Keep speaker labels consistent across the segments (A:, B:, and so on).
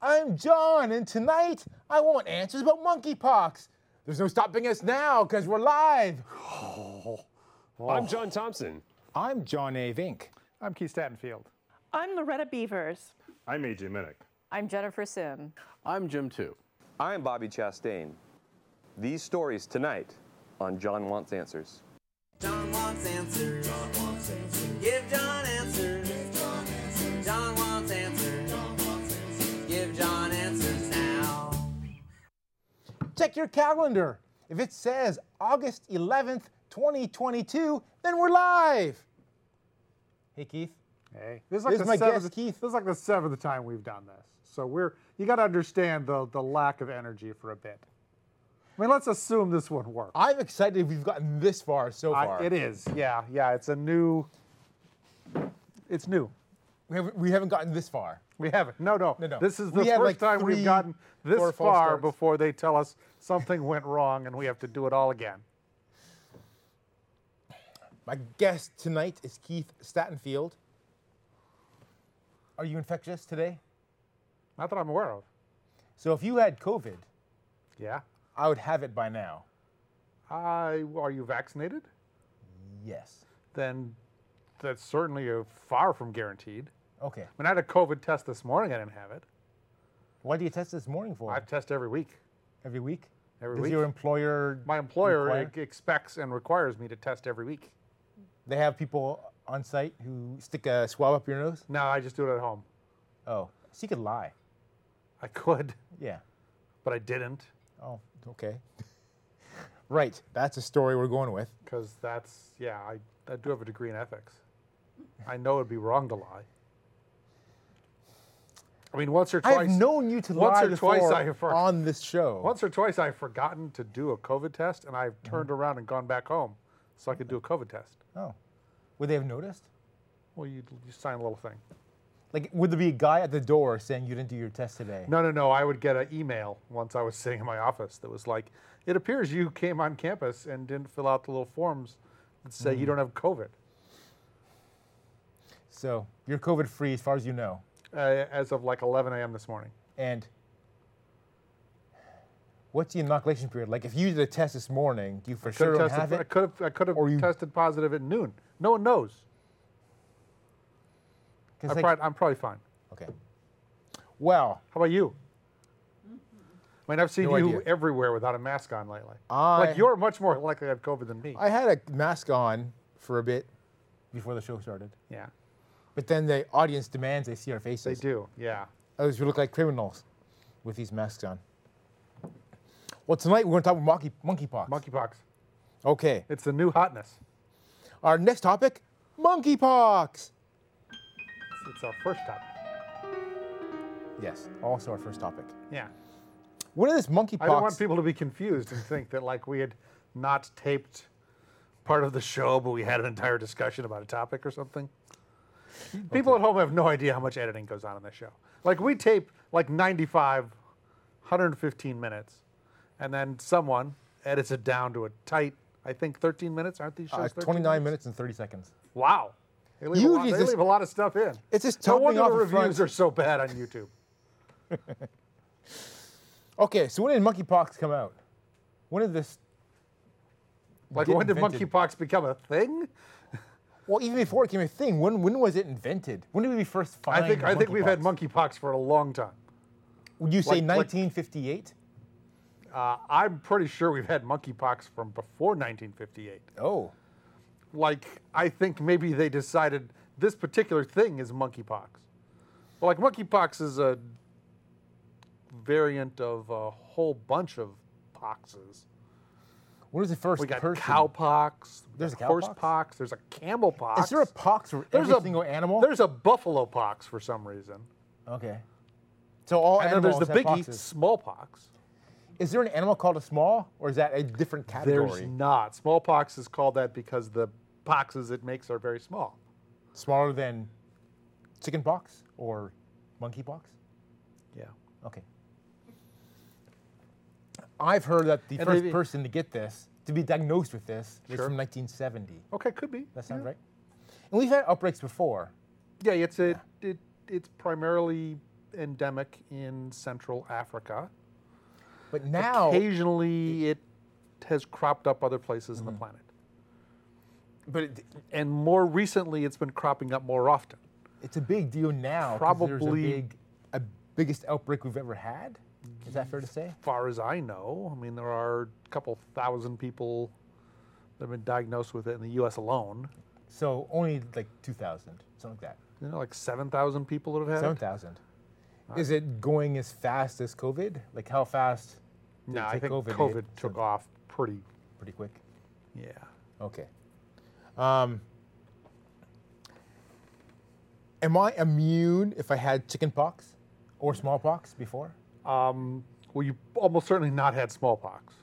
A: I'm John, and tonight I want answers about monkeypox. There's no stopping us now because we're live.
B: Oh.
C: I'm John Thompson.
A: I'm John A. Vink.
D: I'm Keith Statenfield.
E: I'm Loretta Beavers.
F: I'm AJ Minnick.
G: I'm Jennifer Sim.
H: I'm Jim too.
B: I'm Bobby Chastain. These stories tonight on John Wants Answers.
I: John wants answers. John wants answers. Give John answers. Give John answers. John wants answers. John wants answers. Give John answers now.
A: Check your calendar. If it says August 11th, 2022, then we're live. Hey, Keith.
D: Hey, this is like
A: This is
D: the
A: my guest,
D: seventh.
A: Keith.
D: This is like the seventh time we've done this. So we're you got to understand the the lack of energy for a bit. I mean, let's assume this one works.
A: I'm excited we've gotten this far so
D: I-
A: far.
D: it is. Yeah, yeah. It's a new. It's new.
A: We haven't, we haven't gotten this far.
D: We haven't. No, no.
A: No, no.
D: This is the
A: We had,
D: first
A: like,
D: time
A: three,
D: we've gotten this
A: four false
D: far
A: starts.
D: before they tell us something went wrong and we have to do it all again.
A: My guest tonight is Keith Statenfield. Are you infectious today?
D: Not that I'm aware of.
A: So if you had COVID,
D: Yeah.
A: I would have it by now.
D: I, are you vaccinated?
A: Yes.
D: Then that's certainly uh far from guaranteed.
A: Okay.
D: When I had a COVID test this morning, I didn't have it.
A: Why do you test this morning for?
D: I test every week.
A: every week?
D: Every
A: Does
D: week.
A: your employer
D: My employer
A: require-
D: uh, expects and requires me to test every week.
A: they have people on site who stick a swab up your nose?
D: No, I just do it at home.
A: Oh. So you could lie.
D: I could,
A: Yeah.
D: but I didn't
A: Oh, okay. right. That's a story we're going with.
D: because that's, yeah, I, I do have a degree in ethics. I know it'd be wrong to lie. I mean, once or twice.
A: I've known you to
D: once
A: lie
D: or twice
A: before
D: I have for-
A: on this show.
D: Once or twice I've forgotten to do a COVID test and I've turned around and gone back home so I could do a COVID test.
A: Oh. Would they have noticed?
D: Well, you, you sign a little thing.
A: Like, would there be a guy at the door saying you didn't do your test today?
D: No, no, no. I would get an email once I was sitting in my office that was like, it appears you came on campus and didn't fill out the little forms that say
A: Mm.
D: you don't have COVID.
A: So you're COVID free as far as you know.
D: Uh, as of like 11 a.m. this morning.
A: And what's the inoculation period? Like, if you did a test this morning, do you for sure
D: Could've
A: don't
D: tested-
A: have
D: I
A: it?
D: could have, I could have
A: Or you-
D: tested positive at noon. No one knows.
A: 'Cause,
D: I'm,
A: like-
D: prob- I'm probably fine.
A: okay. Well,
D: How about you? I mean, I've seen
A: Mm-hmm. No
D: you
A: idea.
D: everywhere without a mask on lately.
A: I-
D: like you're much more likely to have COVID than me.
A: I had a mask on for a bit before the show started,
D: yeah,
A: but then the audience demands they see our
D: they
A: faces.
D: do. Yeah.
A: Otherwise, we look like criminals with these masks on. Well, tonight we're going to talk about monkey, monkeypox.
D: Monkeypox.
A: Okay.
D: It's the new hotness.
A: Our next topic monkeypox.
D: It's, it's our first topic.
A: Yes, also our first topic.
D: Yeah.
A: When is this monkeypox?
D: I don't want people to be confused and think that like we had not taped part of the show, but we had an entire discussion about a topic or something. People at home have no idea how much editing goes on in this show. Like we tape like 95, 115 minutes, and then someone edits it down to a tight, I think 13 minutes. Aren't these shows?
A: Uh,
D: 13
A: 29 minutes and 30 seconds.
D: Wow. They leave, a lot,
A: Usually
D: they
A: this-
D: leave a lot of stuff in.
A: It's just
D: no
A: topping
D: wonder
A: off
D: the
A: the front.
D: reviews are so bad on YouTube.
A: Okay, so when did monkeypox come out? When did this?
D: Like
A: Get
D: when did
A: invented.
D: monkeypox become a thing?
A: Well, even before it became a thing, when when was it invented? When did we first find?
D: I think I think we've had
A: monkeypox?
D: monkeypox for a long time.
A: Would you say
D: like- like-
A: 1958?
D: I'm pretty sure we've had monkeypox from before 1958.
A: Oh,
D: Like I think maybe they decided this particular thing is monkeypox. Well, like monkeypox is a variant of a whole bunch of poxes.
A: when was the first
D: We got
A: person?
D: cowpox. we
A: There's
D: got
A: a cow
D: horse
A: pox?
D: pox. There's a camel pox.
A: Is there a pox for
D: There's
A: every single animal?
D: There's a buffalo pox for some reason.
A: okay. So all
D: And then
A: animals
D: there's the
A: have
D: biggie,
A: poxes.
D: smallpox.
A: Is there an animal called a small, or is that a different
D: There's
A: category?
D: not. Smallpox is called that because the poxes it makes are very small.
A: Smaller than chicken pox or monkeypox?
D: Yeah.
A: Okay. I've heard that the
D: And
A: first
D: maybe-
A: person to get this, to be diagnosed with this, was
D: Sure.
A: from 1970.
D: Okay, could be.
A: That sounds right. And we've had outbreaks before.
D: Yeah, it's a it it's primarily endemic in Central Africa.
A: But now,
D: Occasionally, it has cropped up other places
A: Mm-hmm.
D: on the planet.
A: but it,
D: And more recently, it's been cropping up more often.
A: it's a big deal now. 'cause there's a
D: Probably-
A: big, a biggest outbreak we've ever had. Is that fair to say?
D: far as I know, I mean, there are a couple thousand people that have been diagnosed with it in the U.S. alone.
A: So only like 2,000, something like that.
D: You know, like 7,000 people that have had it.
A: 7,000. Is it going as fast as COVID? Like how fast? did
D: No,
A: it
D: I
A: take
D: think COVID,
A: hit?
D: took off pretty,
A: pretty quick.
D: yeah.
A: Okay. Um, am I immune if I had chickenpox or smallpox before?
D: Um, well, you almost certainly not had smallpox.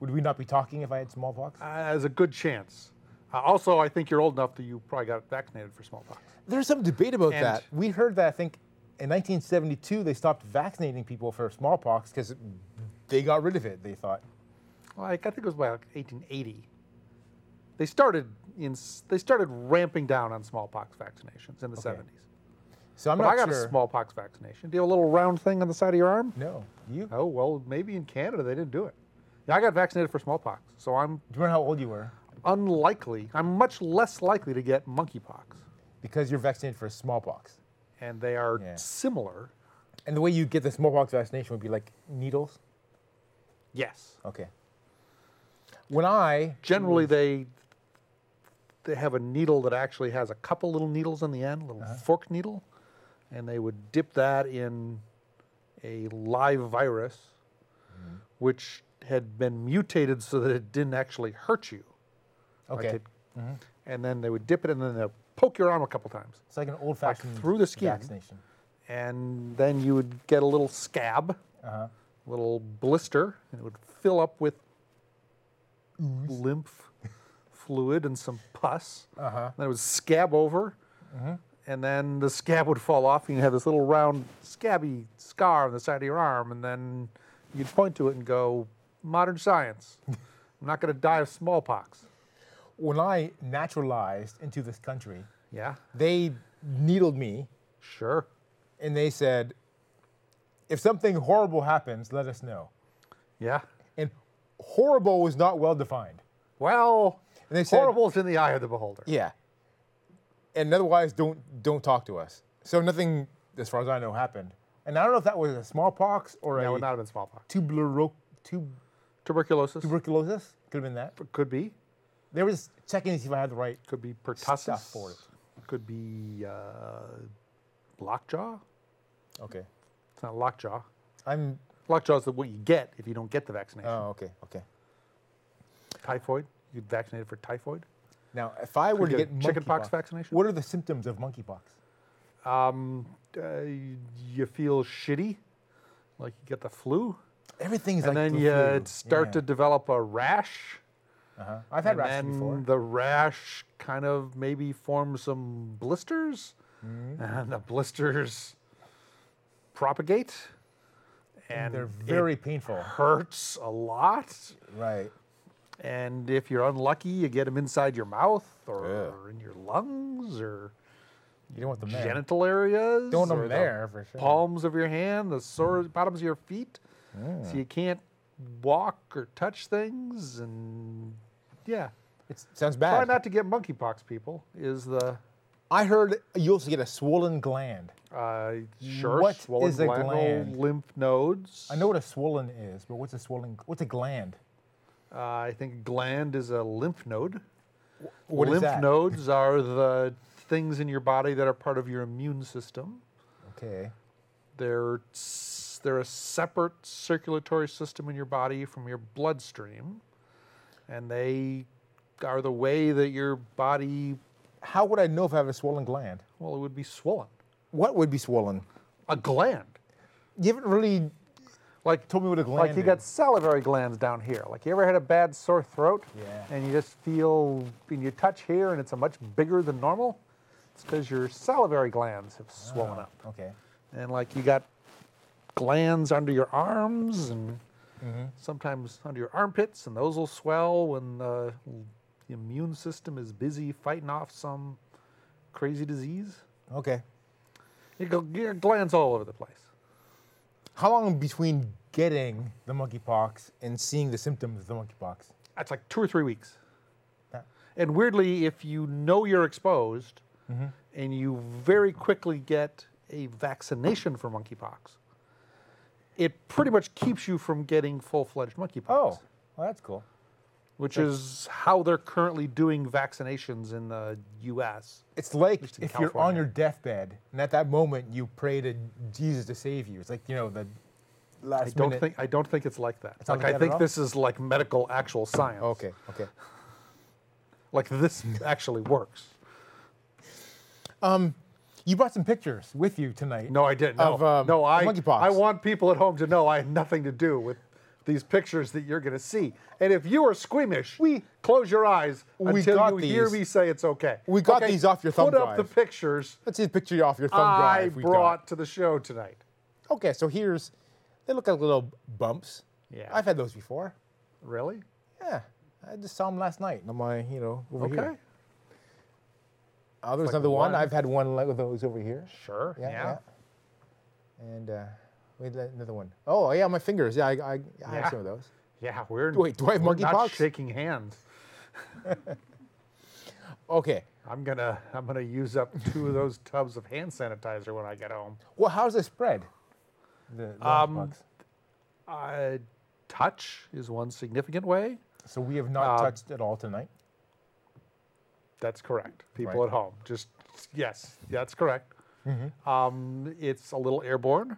A: Would we not be talking if I had smallpox?
D: Uh, as a good chance. Uh, also, I think you're old enough that you probably got vaccinated for smallpox.
A: There's some debate about
D: And-
A: that. We heard that I think in 1972 they stopped vaccinating people for smallpox because they got rid of it. They thought.
D: Like I think it was by like 1880. They started in s- they started ramping down on smallpox vaccinations in the 70s.
A: So I'm
D: But
A: not
D: I got
A: sure.
D: a smallpox vaccination. Do you have a little round thing on the side of your arm?
A: No, you. Do
D: Oh well, maybe in Canada they didn't do it. Yeah, I got vaccinated for smallpox, so I'm
A: you remember how old you were?
D: unlikely. I'm much less likely to get monkeypox,
A: Because you're vaccinated for smallpox.
D: and they are
A: Yeah.
D: similar.
A: And the way you get the smallpox vaccination would be like needles.
D: Yes,
A: Okay. When I
D: generally they they have a needle that actually has a couple little needles on the end, a little fork needle, and they would dip that in a live virus, which had been mutated so that it didn't actually hurt you. Like
A: okay,
D: it- And then they would dip it, and then they poke your arm a couple times.
A: it's like an old-fashioned
D: through the skin.
A: vaccination.
D: and then you would get a little scab,
A: Uh-huh.
D: little blister, and it would fill up with lymph fluid and some pus. Uh-huh. Then it would scab over,
A: Mm-hmm.
D: and then the scab would fall off, and you have this little round scabby scar on the side of your arm, and then you'd point to it and go, "Modern science. I'm not going to die of smallpox."
A: When I naturalized into this country,
D: Yeah,
A: they needled me
D: sure.
A: and they said, "If something horrible happens, let us know."
D: Yeah.
A: And horrible was not well defined.
D: Well,
A: And they said,
D: horrible's in the eye of the beholder.
A: Yeah. And otherwise, don't don't talk to us. So nothing, as far as I know, happened. And I don't know if that was a smallpox or
D: That
A: a
D: would not have been smallpox.
A: tubero- tub-
D: Tuberculosis.
A: tuberculosis. Could have been that.
D: Could be.
A: They were just checking to see if I had the right.
D: Could be pertussis.
A: Stuff for it.
D: Could be uh, lockjaw.
A: Okay.
D: It's not lockjaw.
A: I'm.
D: Lockjaw is the- what you get if you don't get the vaccination.
A: Oh, okay. Okay.
D: Typhoid. You get vaccinated for typhoid.
A: Now, if I were to
D: you
A: get
D: get a chickenpox
A: monkeypox,
D: vaccination?
A: what are the symptoms of monkeypox?
D: Um, uh, you, you feel shitty, like you get the flu,
A: Everything's
D: and
A: like
D: then
A: the
D: you
A: flu.
D: start
A: Yeah.
D: to develop a rash.
A: I've had
D: and
A: rashes
D: then
A: before.
D: the rash kind of maybe forms some blisters,
A: Mm-hmm.
D: and the blisters propagate, and
A: They're
D: it
A: very painful.
D: hurts a lot.
A: Right.
D: And if you're unlucky, you get them inside your mouth or
A: Yeah.
D: in your lungs or
A: You don't want them there.
D: genital areas.
A: Don't want them
D: or the
A: there Mm. for sure.
D: Palms of your hand, the sore bottoms of your feet. So you can't walk or touch things. And yeah.
A: It sounds
D: Try
A: bad.
D: not to get monkeypox, people, is the.
A: I heard you also get a swollen gland.
D: Uh, sure.
A: What
D: swollen
A: is a
D: glandal
A: gland?
D: Lymph nodes.
A: I know what a swollen is, but what's a swollen? What's a gland?
D: Uh, I think gland is a lymph node.
A: What is
D: lymph
A: that?
D: nodes are the things in your body that are part of your immune system.
A: Okay.
D: They're s- they're a separate circulatory system in your body from your bloodstream, and they are the way that your body
A: How would I know if I have a swollen gland?
D: well it would be swollen.
A: What would be swollen?
D: A gland.
A: You haven't really
D: Like
A: told me what a gland
D: like you got
A: is.
D: salivary glands down here. Like you ever had a bad sore throat?
A: Yeah.
D: And you just feel and you touch here and it's a much bigger than normal. It's because your salivary glands have swollen up.
A: Okay.
D: And like you got glands under your arms and sometimes under your armpits and those will swell when the immune system is busy fighting off some crazy disease.
A: Okay.
D: You go your glands all over the place.
A: How long between getting the monkeypox and seeing the symptoms of the monkeypox?
D: That's like two or three weeks. And weirdly, if you know you're exposed
A: Mm-hmm.
D: and you very quickly get a vaccination for monkeypox, it pretty much keeps you from getting full fledged monkeypox,
A: Oh, well, that's cool.
D: which is how they're currently doing vaccinations in the US.
A: It's like
D: least in
A: if you're on
D: California.
A: your deathbed and at that moment you pray to Jesus to save you. It's like, you know, the last
D: I don't
A: minute.
D: think I don't think it's like that.
A: not
D: Like
A: like
D: I
A: that at
D: think
A: all?
D: this is like medical actual science.
A: Okay, okay.
D: Like this actually works.
A: You brought some pictures with you tonight.
D: No, I didn't. No,
A: Of, um,
D: no I,
A: monkeypox.
D: I want people at home to know I had nothing to do with these pictures that you're going to see. And if you are squeamish,
A: We-
D: close your eyes
A: We
D: until
A: got
D: you hear
A: these.
D: me say it's okay.
A: We got
D: Okay,
A: these off your thumb
D: Put up the
A: drive.
D: pictures
A: Let's see a picture off your thumb
D: I
A: drive. we got.
D: brought to the show tonight.
A: Okay, so here's, they look like little bumps.
D: Yeah.
A: I've had those before.
D: Really?
A: Yeah, I just saw them last night. and I'm like, you know, over
D: Okay.
A: here. Oh, there's
D: like
A: another one.
D: one.
A: I've had one like those over here.
D: Sure.
A: Yeah. yeah. And uh, wait, le- another one. Oh, yeah, my fingers. Yeah, I, I, I have
D: Yeah.
A: some of those.
D: Yeah, we're
A: Wait, do I have
D: we're not
A: monkeypox?
D: shaking hands.
A: Okay.
D: I'm gonna I'm gonna use up two of those tubs of hand sanitizer when I get home.
A: Well, how does it spread? The, the monkeypox?
D: Uh, touch is one significant way.
A: So we have not touched at all tonight.
D: That's correct. People
A: Right.
D: at home, just yes, that's correct.
A: Mm-hmm.
D: Um, it's a little airborne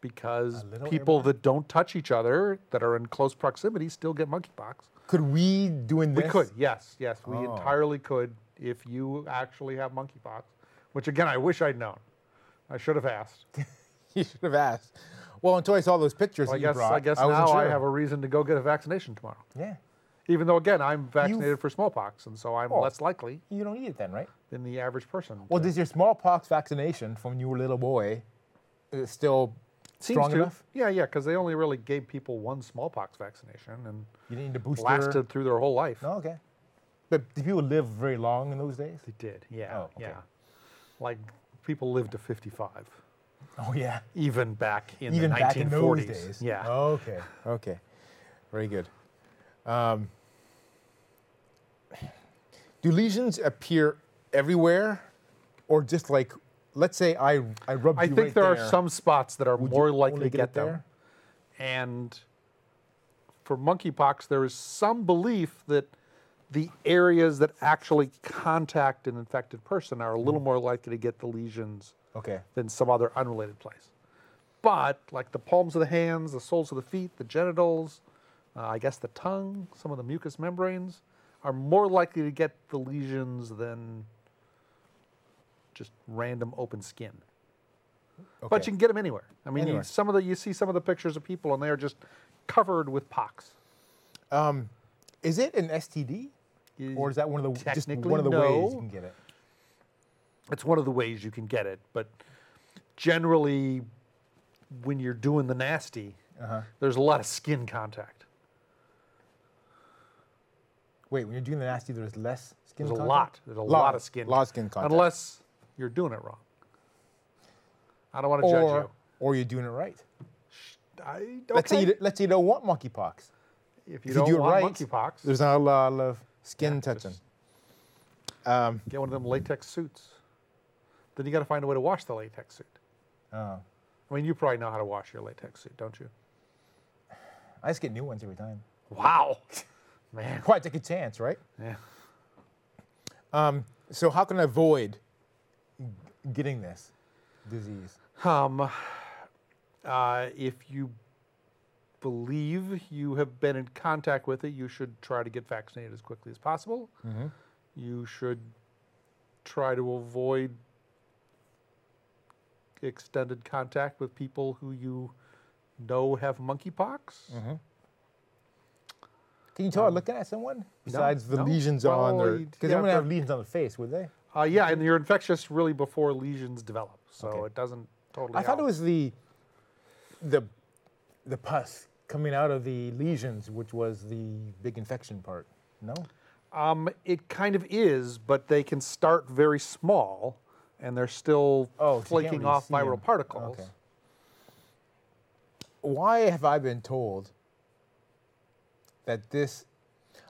D: because
A: little
D: people
A: airborne?
D: that don't touch each other, that are in close proximity, still get monkeypox.
A: Could we doing
D: We
A: this?
D: could, yes, yes, we
A: Oh.
D: entirely could if you actually have monkeypox, which again, I wish I'd known. I should have asked.
A: You should have asked. Well, until I saw those pictures
D: I
A: that you
D: guess
A: brought,
D: I guess
A: wasn't
D: now I
A: sure.
D: have a reason to go get a vaccination tomorrow.
A: yeah.
D: Even though again, I'm vaccinated for smallpox, and so I'm less likely
A: You don't need it then, right?
D: than the average person.
A: Oh. Well,
D: to-
A: does your smallpox vaccination from when you were a little boy uh, still
D: Seems
A: strong
D: to.
A: enough?
D: Yeah, yeah, because they only really gave people one smallpox vaccination and
A: You didn't need a booster.
D: lasted through their whole life.
A: Oh, okay. But did people live very long in those days?
D: They did, yeah,
A: Oh, okay.
D: yeah. Like people lived to 55,
A: Oh yeah.
D: even back in
A: Even
D: the 1940s.
A: back in those days. Oh,
D: Yeah.
A: Okay. Okay. Very good. Um, do lesions appear everywhere, or just like, let's say I I rubbed
D: I
A: you
D: think
A: right
D: there, are some spots that are
A: Would you
D: more likely
A: only
D: to
A: get
D: get
A: it
D: them. And for monkeypox, there is some belief that the areas that actually contact an infected person are a
A: Hmm.
D: little more likely to get the lesions
A: Okay.
D: than some other unrelated place. But like the palms of the hands, the soles of the feet, the genitals, uh, I guess the tongue, some of the mucous membranes are more likely to get the lesions than just random open skin.
A: okay.
D: But you can get them anywhere. I mean,
A: Anywhere.
D: You, some of the you see some of the pictures of people and they are just covered with pox.
A: Is it an STD, or is that one of the just
D: technically
A: one of the ways you
D: no.
A: can get it?
D: It's one of the ways you can get it, but generally, when you're doing the nasty,
A: Uh-huh.
D: there's a lot of skin contact.
A: Wait, when you're doing the nasty, there's less skin.
D: There's a
A: contact?
D: lot. There's a lot, of skin.
A: Lot of skin contact.
D: Unless you're doing it wrong. I don't want to judge
A: or
D: you.
A: or you're doing it right.
D: I, okay.
A: Let's say you, d- let's say you don't want monkeypox. If
D: if you
A: you
D: don't
A: do it
D: want
A: right,
D: monkeypox,
A: There's not a lot of skin touching.
D: just- get one of them latex suits. Then you got to find a way to wash the latex suit.
A: Oh.
D: I mean, you probably know how to wash your latex suit, don't you?
A: I just get new ones every time.
D: Wow, man.
A: Why take a chance, right?
D: Yeah.
A: So how can I avoid g- getting this disease?
D: Um, uh, if you believe you have been in contact with it, you should try to get vaccinated as quickly as possible.
A: Mm-hmm.
D: You should try to avoid extended contact with people who you know have monkeypox.
A: Mm-hmm. Can you tell I'm looking at someone besides the
D: Um, no.
A: lesions
D: Well,
A: on their?
D: you-
A: Because
D: yeah,
A: they wouldn't have
D: they're-
A: lesions on the face, would they?
D: Uh, yeah, and you're infectious really before lesions develop, so
A: Okay.
D: it doesn't totally.
A: I thought it
D: help.
A: was the the the pus coming out of the lesions, which was the big infection part. No.
D: Um, it kind of is, but they can start very small, and they're still
A: Oh, so you can't
D: flaking
A: really
D: off
A: see 'em.
D: viral particles.
A: Okay. why have I been told that this,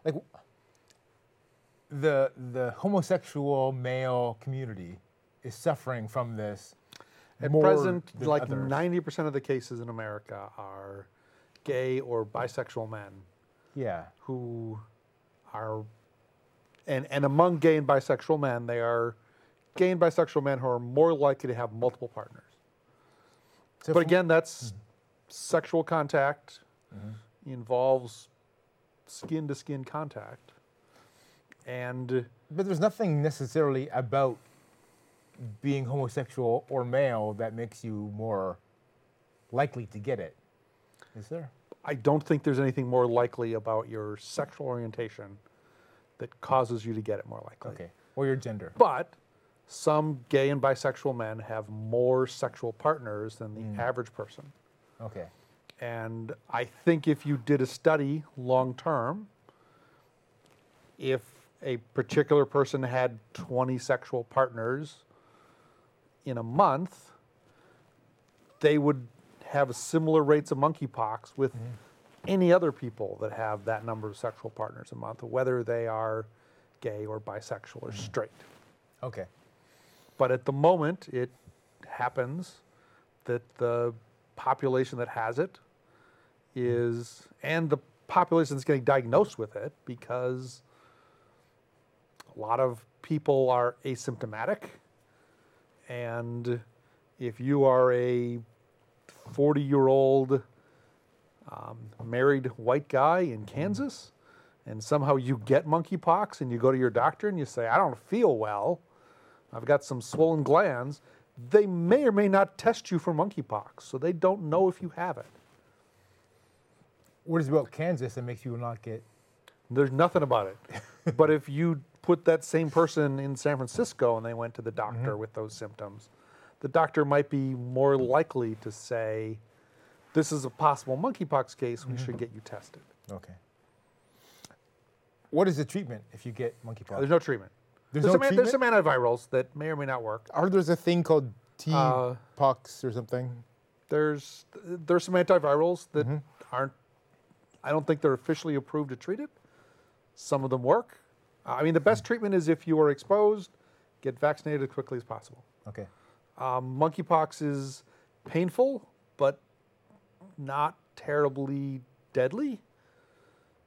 A: like, the the homosexual male community is suffering from this?
D: At
A: more
D: present,
A: than
D: like
A: others?
D: 90% of the cases in America are gay or bisexual men
A: yeah,
D: who are, and, and among gay and bisexual men, they are gay and bisexual men who are more likely to have multiple partners.
A: so
D: But
A: if- Mm-hmm.
D: again, that's sexual contact, involves skin to skin contact. And
A: but there's nothing necessarily about being homosexual or male that makes you more likely to get it, is there?
D: I don't think there's anything more likely about your sexual orientation that causes you to get it more likely.
A: Okay, or your gender.
D: But some gay and bisexual men have more sexual partners than the
A: Mm.
D: average person.
A: Okay.
D: And I think if you did a study long term, if a particular person had 20 sexual partners in a month, they would have similar rates of monkeypox with any other people that have that number of sexual partners a month, whether they are gay or bisexual or straight.
A: Okay.
D: But at the moment, it happens that the population that has it is, and the population that's getting diagnosed with it, because a lot of people are asymptomatic. And if you are a 40 year old um, married white guy in Kansas, and somehow you get monkeypox and you go to your doctor and you say, I don't feel well. I've got some swollen glands. They may or may not test you for monkeypox, so they don't know if you have it.
A: What is it about Kansas that makes you not get?
D: There's nothing about it. but if you put that same person in San Francisco and they went to the doctor
A: Mm-hmm.
D: with those symptoms, the doctor might be more likely to say, This is a possible monkeypox case, we
A: Mm-hmm.
D: should get you tested.
A: Okay. What is the treatment if you get monkeypox?
D: There's no treatment.
A: There's
D: some,
A: no
D: an- there's some
A: treatment?
D: antivirals that may or may not work.
A: Are there's a thing called T pox
D: Uh,
A: or something?
D: there's there's some antivirals that aren't I don't think they're officially approved to treat it. Some of them work. I mean, the best treatment is if you are exposed, get vaccinated as quickly as possible.
A: Okay.
D: Um, monkeypox is painful, but not terribly deadly,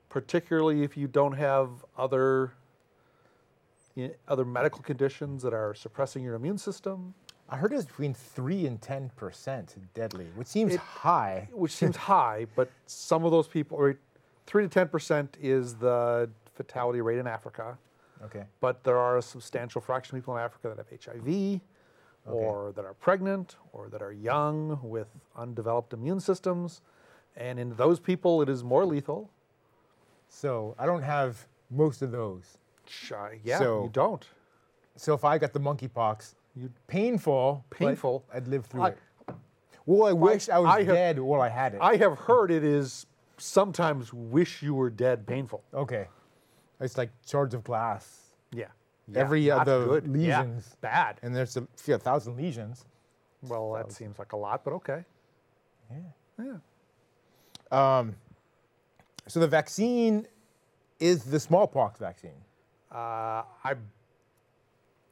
D: particularly if you don't have other i- other medical conditions that are suppressing your immune system.
A: I heard it's between three and ten percent deadly, which seems
D: It-
A: high.
D: which seems high, but some of those people, or three to ten percent, is the fatality rate in Africa.
A: Okay.
D: But there are a substantial fraction of people in Africa that have HIV, or that are pregnant, or that are young with undeveloped immune systems, and in those people, it is more lethal.
A: So I don't have most of those.
D: Sh- uh, yeah,
A: So-
D: you don't.
A: So if I got the monkeypox,
D: You-
A: painful, but
D: Painful.
A: I'd live through
D: I-
A: it. Well, I wish I was
D: I have-
A: dead while I had it.
D: I have heard it is sometimes wish you were dead painful.
A: okay. It's like shards of glass,
D: Yeah.
A: Every
D: not
A: other
D: Yeah,
A: lesions.
D: bad.
A: and there's a few thousand lesions.
D: Well, that seems like a lot, but okay.
A: So the vaccine is the smallpox vaccine.
D: I,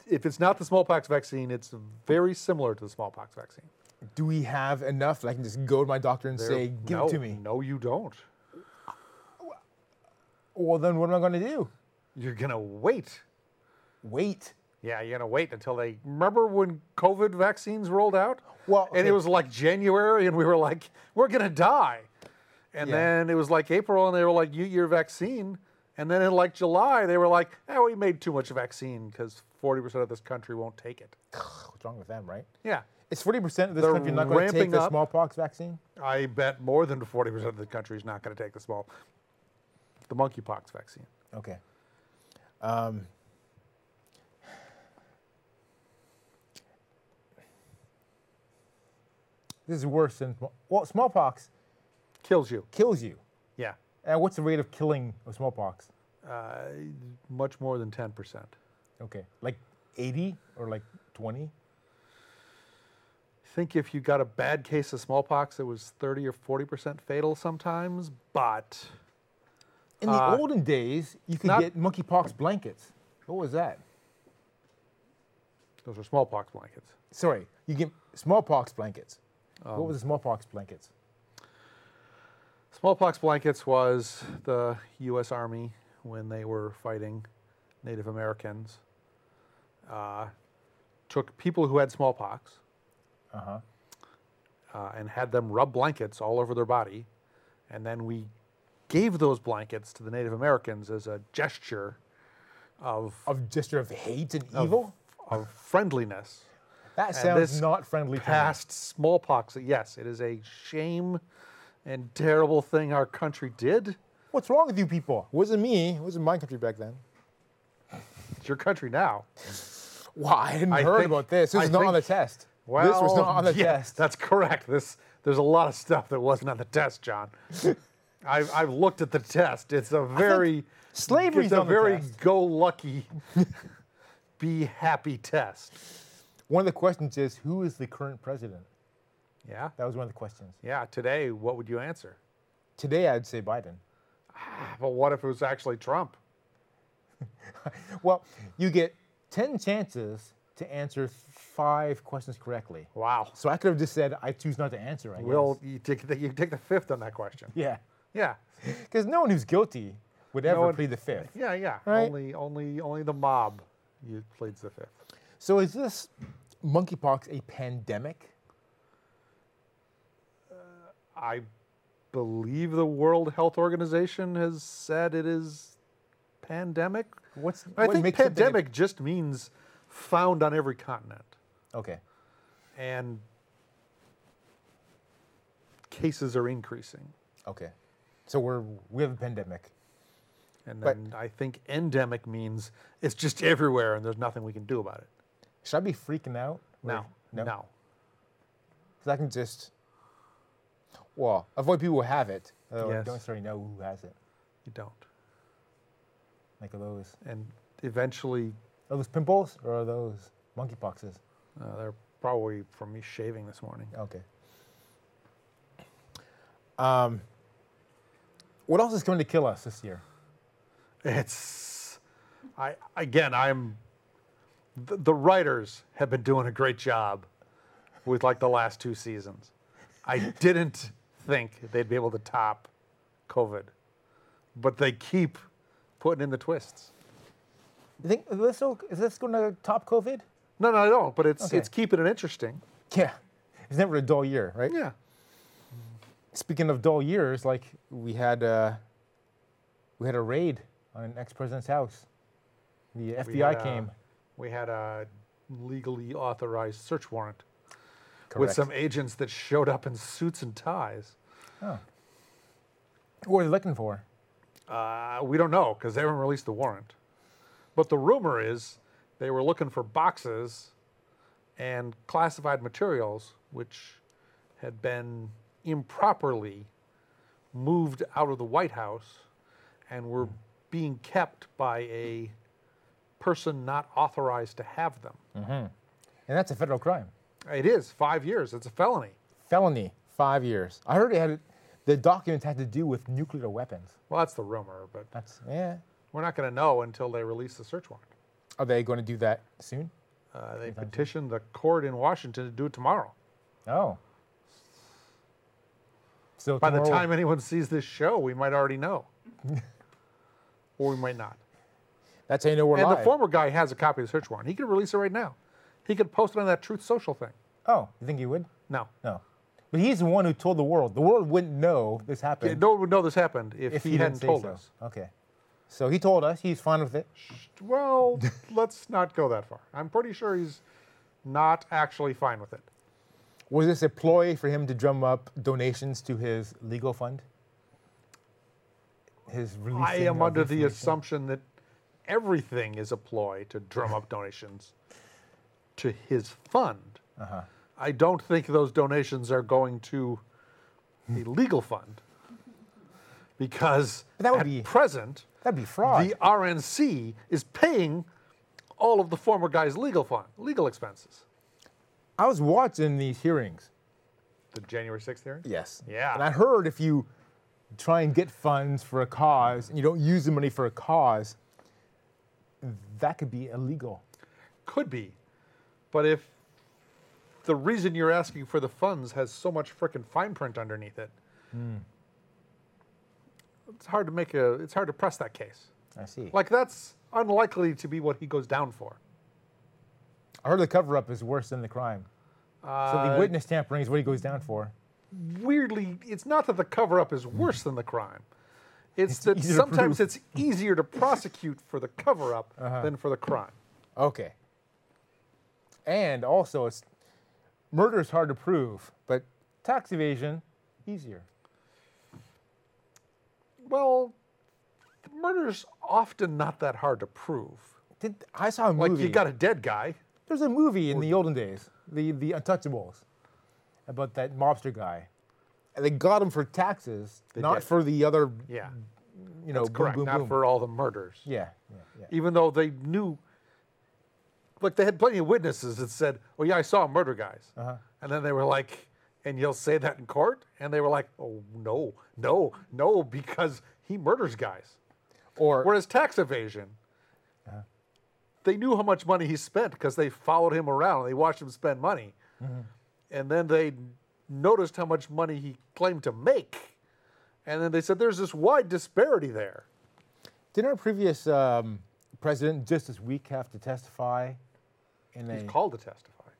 D: if it's not the smallpox vaccine, it's very similar to the smallpox vaccine.
A: Do we have enough? that I can just go to my doctor and say,
D: There-
A: "Give
D: no,
A: it to me."
D: No, you don't.
A: Well, then what am I going to do?
D: You're gonna wait.
A: Wait.
D: Yeah, you're gonna wait until they. Remember when COVID vaccines rolled out?
A: Well,
D: and
A: okay.
D: it was like January, and we were like, "We're gonna die," and
A: Yeah.
D: then it was like April, and they were like, "You your vaccine," and then in like July, they were like, "Oh, we made too much vaccine because forty percent of this country won't take it."
A: What's wrong with them, right?
D: Yeah,
A: It's forty percent of this
D: They're
A: country not going to take
D: ramping
A: the
D: up.
A: smallpox vaccine.
D: I bet more than 40% of the country is not going to take the small, the monkeypox vaccine.
A: Okay. Um, this is worse than sma- well, smallpox
D: Kills you.
A: kills you.
D: Yeah.
A: And what's the rate of killing of smallpox?
D: Uh, Much more than 10%.
A: Okay, like eighty or like twenty.
D: think if you got a bad case of smallpox, it was 30 or 40% fatal sometimes, but
A: In the olden days, you could
D: not-
A: get monkeypox blankets. What was that?
D: those are smallpox blankets.
A: Sorry, you get smallpox blankets. what
D: Um,
A: was the smallpox blankets?
D: Smallpox blankets was the U.S. Army when they were fighting Native Americans. Uh, took people who had smallpox
A: Uh-huh.
D: uh, and had them rub blankets all over their body, and then we gave those blankets to the Native Americans as a gesture of
A: Of gesture of hate and evil?
D: of friendliness.
A: That
D: And
A: sounds
D: this
A: not friendly to me.
D: Past smallpox, yes, it is a shame and terrible thing our country did.
A: What's wrong with you people? Wasn't me. Wasn't my country back then.
D: It's your country now.
A: Wow, I hadn't
D: I
A: heard
D: think-
A: about this. This
D: I
A: was not on the
D: think-
A: test. this was not on the
D: yeah,
A: test.
D: That's correct. This there's a lot of stuff that wasn't on the test, John. I've, I've looked at the test. It's a very
A: slavery's
D: It's a
A: on the
D: very
A: test.
D: go lucky, be happy test.
A: One of the questions is who is the current president?
D: Yeah,
A: That was one of the questions.
D: yeah. Today, what would you answer?
A: Today, I'd say Biden.
D: But what if it was actually Trump?
A: Well, you get 10 chances to answer five questions correctly.
D: Wow.
A: So I could have just said, I choose not to answer, I guess.
D: Will you take the, you take the fifth on that question?
A: yeah.
D: Yeah,
A: Because no one who's guilty would ever
D: one-
A: plead the fifth.
D: yeah, yeah.
A: Right.
D: Only only only the mob you pleads the fifth.
A: So is this monkeypox a pandemic?
D: I believe the World Health Organization has said it is pandemic.
A: What's
D: I
A: what
D: think
A: makes something a-
D: pandemic just means found on every continent
A: Okay.
D: and cases are increasing.
A: Okay. So we're we have a pandemic.
D: And
A: But-
D: then I think endemic means it's just everywhere and there's nothing we can do about it.
A: Should I be freaking out?
D: No, no.
A: Because I can just, well, avoid people who have it. Although I
D: Yes.
A: don't necessarily know who has it.
D: you don't.
A: Like are those,
D: And eventually,
A: are those pimples or are those monkeypoxes?
D: uh, they're probably from me shaving this morning.
A: Okay. Um, what else is going to kill us this year?
D: It's I again I'm the, the writers have been doing a great job with like the last two seasons. I didn't think they'd be able to top COVID. But they keep putting in the twists.
A: You think is this o- is this going to top COVID?
D: No, no, I don't, but it's
A: Okay.
D: it's keeping it interesting.
A: Yeah, it's never a dull year, right?
D: Yeah.
A: Speaking of dull years, like we had uh, we had a raid on an ex-president's house. The FBI
D: had a-
A: came.
D: We had a legally authorized search warrant with
A: Correct.
D: some agents that showed up in suits and ties.
A: Who are they looking for?
D: Uh, we don't know because they haven't released the warrant. But the rumor is they were looking for boxes and classified materials which had been improperly moved out of the White House and were being kept by a person not authorized to have them.
A: And that's a federal crime.
D: It is five years, it's a felony.
A: felony, five years. I heard it had the documents had to do with nuclear weapons.
D: Well, that's the rumor, but
A: That's yeah.
D: we're not going to know until they release the search warrant.
A: Are they going to do that soon?
D: Uh, they petitioned the court in Washington to do it tomorrow.
A: Oh. So
D: By the
A: tomorrow-
D: time anyone sees this show, we might already know. or we might not.
A: that's how you know we're
D: And
A: live.
D: the former guy has a copy of the search warrant. He could release it right now. He could post it on that Truth Social thing.
A: oh, you think he would?
D: No.
A: No, but he's the one who told the world. The world wouldn't know this
D: Yeah,
A: happened
D: No one would know this happened if,
A: if
D: he,
A: he,
D: hadn't
A: didn't say
D: told
A: so.
D: us.
A: Okay, so he told us he's fine with it.
D: Well, let's not go that far. I'm pretty sure he's not actually fine with it.
A: Was this a ploy for him to drum up donations to his legal fund? His releasing
D: I am
A: of
D: under the
A: information?
D: assumption that everything is a ploy to drum up donations to his fund.
A: Uh-huh.
D: I don't think those donations are going to the legal fund because
A: But that would
D: at
A: be
D: present,
A: that'd be fraud.
D: the RNC is paying all of the former guy's legal fund, legal expenses.
A: I was watching these hearings.
D: The January 6th hearing?
A: Yes.
D: Yeah.
A: And I heard if you try and get funds for a cause and you don't use the money for a cause, that could be illegal.
D: Could be. But if the reason you're asking for the funds has so much frickin' fine print underneath it,
A: Hmm.
D: it's hard to make a, it's hard to press that case.
A: I see.
D: Like, that's unlikely to be what he goes down for.
A: I heard the cover up is worse than the crime. so
D: Uh,
A: the witness tampering is what he goes down for.
D: weirdly, it's not that the cover up is worse than the crime. It's, that
A: Hmm. easier to
D: sometimes
A: prove. Uh-huh.
D: it's easier to prosecute for the cover up than for the crime.
A: Okay. And also, it's murder is hard to prove, but tax evasion easier.
D: Well, murder's often not that hard to prove.
A: Did, I saw a
D: Like
A: movie.
D: you got a dead guy.
A: There's a movie in the olden days, the the Untouchables, about that mobster guy, and they got him for taxes, not
D: did.
A: for the other,
D: Yeah,
A: you know, boom,
D: correct.
A: boom,
D: not
A: boom.
D: for all the murders.
A: yeah, yeah, yeah.
D: Even though they knew, like they had plenty of witnesses that said, "Oh yeah, I saw murder guys," and then they were like, "And you'll say that in court?" And they were like, "Oh no, no, no," because he murders guys.
A: Or
D: Whereas tax evasion, Uh-huh. they knew how much money he spent because they followed him around. They watched him spend money. And then they noticed how much money he claimed to make. And then they said, there's this wide disparity there.
A: didn't our previous um, president just this week have to testify? And
D: He's called to testify.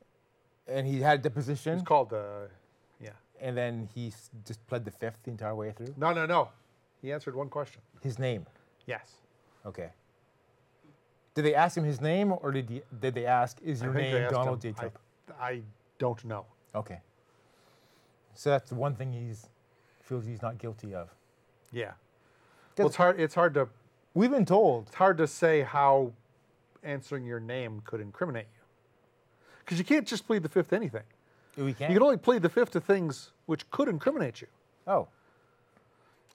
A: and he had a deposition,
D: He's called to, yeah.
A: and then he s- just pled the fifth the entire way through.
D: No, no, no. He answered one question.
A: His name,
D: Yes.
A: okay. Did they ask him his name, or did he, did they ask is your
D: I think they
A: name
D: asked
A: Donald
D: him.
A: J Trump?
D: I, I don't know.
A: Okay. So that's the one thing he's feels he's not guilty of.
D: Yeah. Well, it's hard, it's hard to
A: We've been told.
D: it's hard to say how answering your name could incriminate you. Because you can't just plead the fifth to anything.
A: We can't.
D: You can only plead the fifth to things which could incriminate you.
A: oh,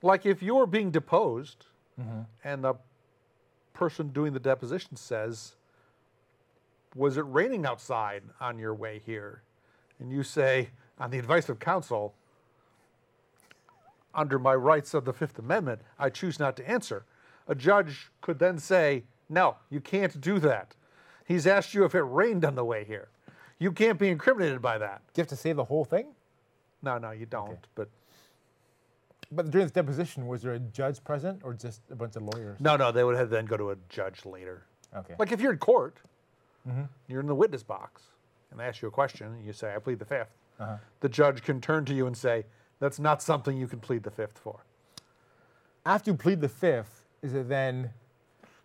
D: Like if you're being deposed and the person doing the deposition says, Was it raining outside on your way here? And you say, On the advice of counsel, under my rights of the Fifth Amendment, I choose not to answer. A judge could then say, No, you can't do that. He's asked you if it rained on the way here. You can't be incriminated by that.
A: do you have to say the whole thing?
D: No, no, you don't. But
A: But during this deposition, was there a judge present or just a bunch of lawyers?
D: No, no, they would have then go to a judge later.
A: Okay.
D: Like if you're in court,
A: Mm-hmm.
D: you're in the witness box, and they ask you a question, and you say, "I plead the 5th
A: Uh-huh.
D: The judge can turn to you and say, "That's not something you can plead the fifth for."
A: After you plead the fifth, is it then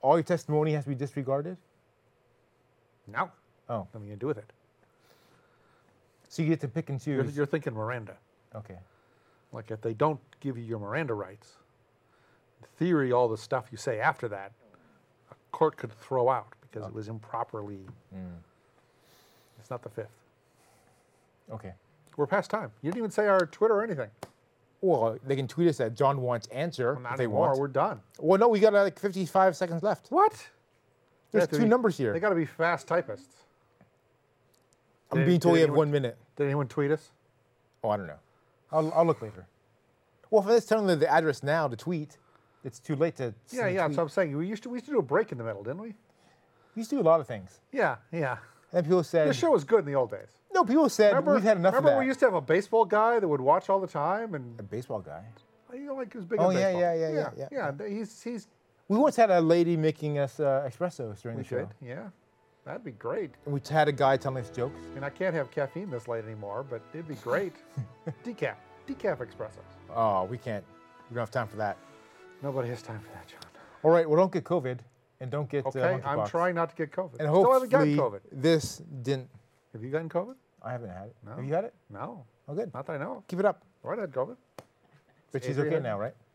A: all your testimony has to be disregarded?
D: No,
A: Oh,
D: nothing to do with it.
A: so you get to pick and
D: You're,
A: choose.
D: you're thinking Miranda.
A: okay.
D: Like if they don't give you your Miranda rights, in theory, all the stuff you say after that, a court could throw out because
A: Oh.
D: it was improperly.
A: Mm.
D: It's not the fifth.
A: Okay.
D: We're past time. You didn't even say our Twitter or anything.
A: Well, they can tweet us at John wants answer
D: Not
A: if they
D: anymore.
A: want.
D: We're done.
A: Well, no, we got like 55 seconds left.
D: What?
A: There's
D: They have to
A: two
D: be-
A: numbers here.
D: They got to be fast typists.
A: I'm
D: did-
A: being told
D: did
A: we have
D: anyone-
A: one minute.
D: Did anyone tweet us?
A: Oh, I don't know. I'll, I'll look later. Well, if it's telling them the address now to tweet, it's too late to.
D: Yeah, yeah. That's what I'm saying. We used to we used to do a break in the middle, didn't we?
A: We used to do a lot of things.
D: Yeah, yeah.
A: And people said.
D: The show was good in the old days.
A: No, people said
D: Remember,
A: we've had enough
D: remember
A: of that.
D: we used to have a baseball guy that would watch all the time, and
A: a baseball guy.
D: you know, like he was big.
A: Oh,
D: on
A: yeah,
D: baseball.
A: yeah, yeah, yeah, yeah,
D: yeah. th- He's he's
A: We once had a lady making us uh, espressos during
D: we
A: the show.
D: should. Yeah, that'd be great.
A: And we had a guy telling us jokes.
D: I mean, I can't have caffeine this late anymore, but it'd be great. decaf, decaf espressos.
A: Oh, we can't. We don't have time for that.
D: Nobody has time for that, John.
A: All right, well, don't get COVID and don't get.
D: Okay,
A: uh,
D: I'm
A: monkeypox.
D: trying not to get
A: And
D: COVID. Still
A: hopefully,
D: haven't gotten COVID.
A: this didn't.
D: Have you gotten COVID?
A: I haven't had it.
D: No.
A: Have you had it?
D: No,
A: Oh, good.
D: not that I know. of.
A: Keep it up.
D: Right, I'd go with.
A: But she's
D: Avery
A: okay
D: had it?
A: now, right?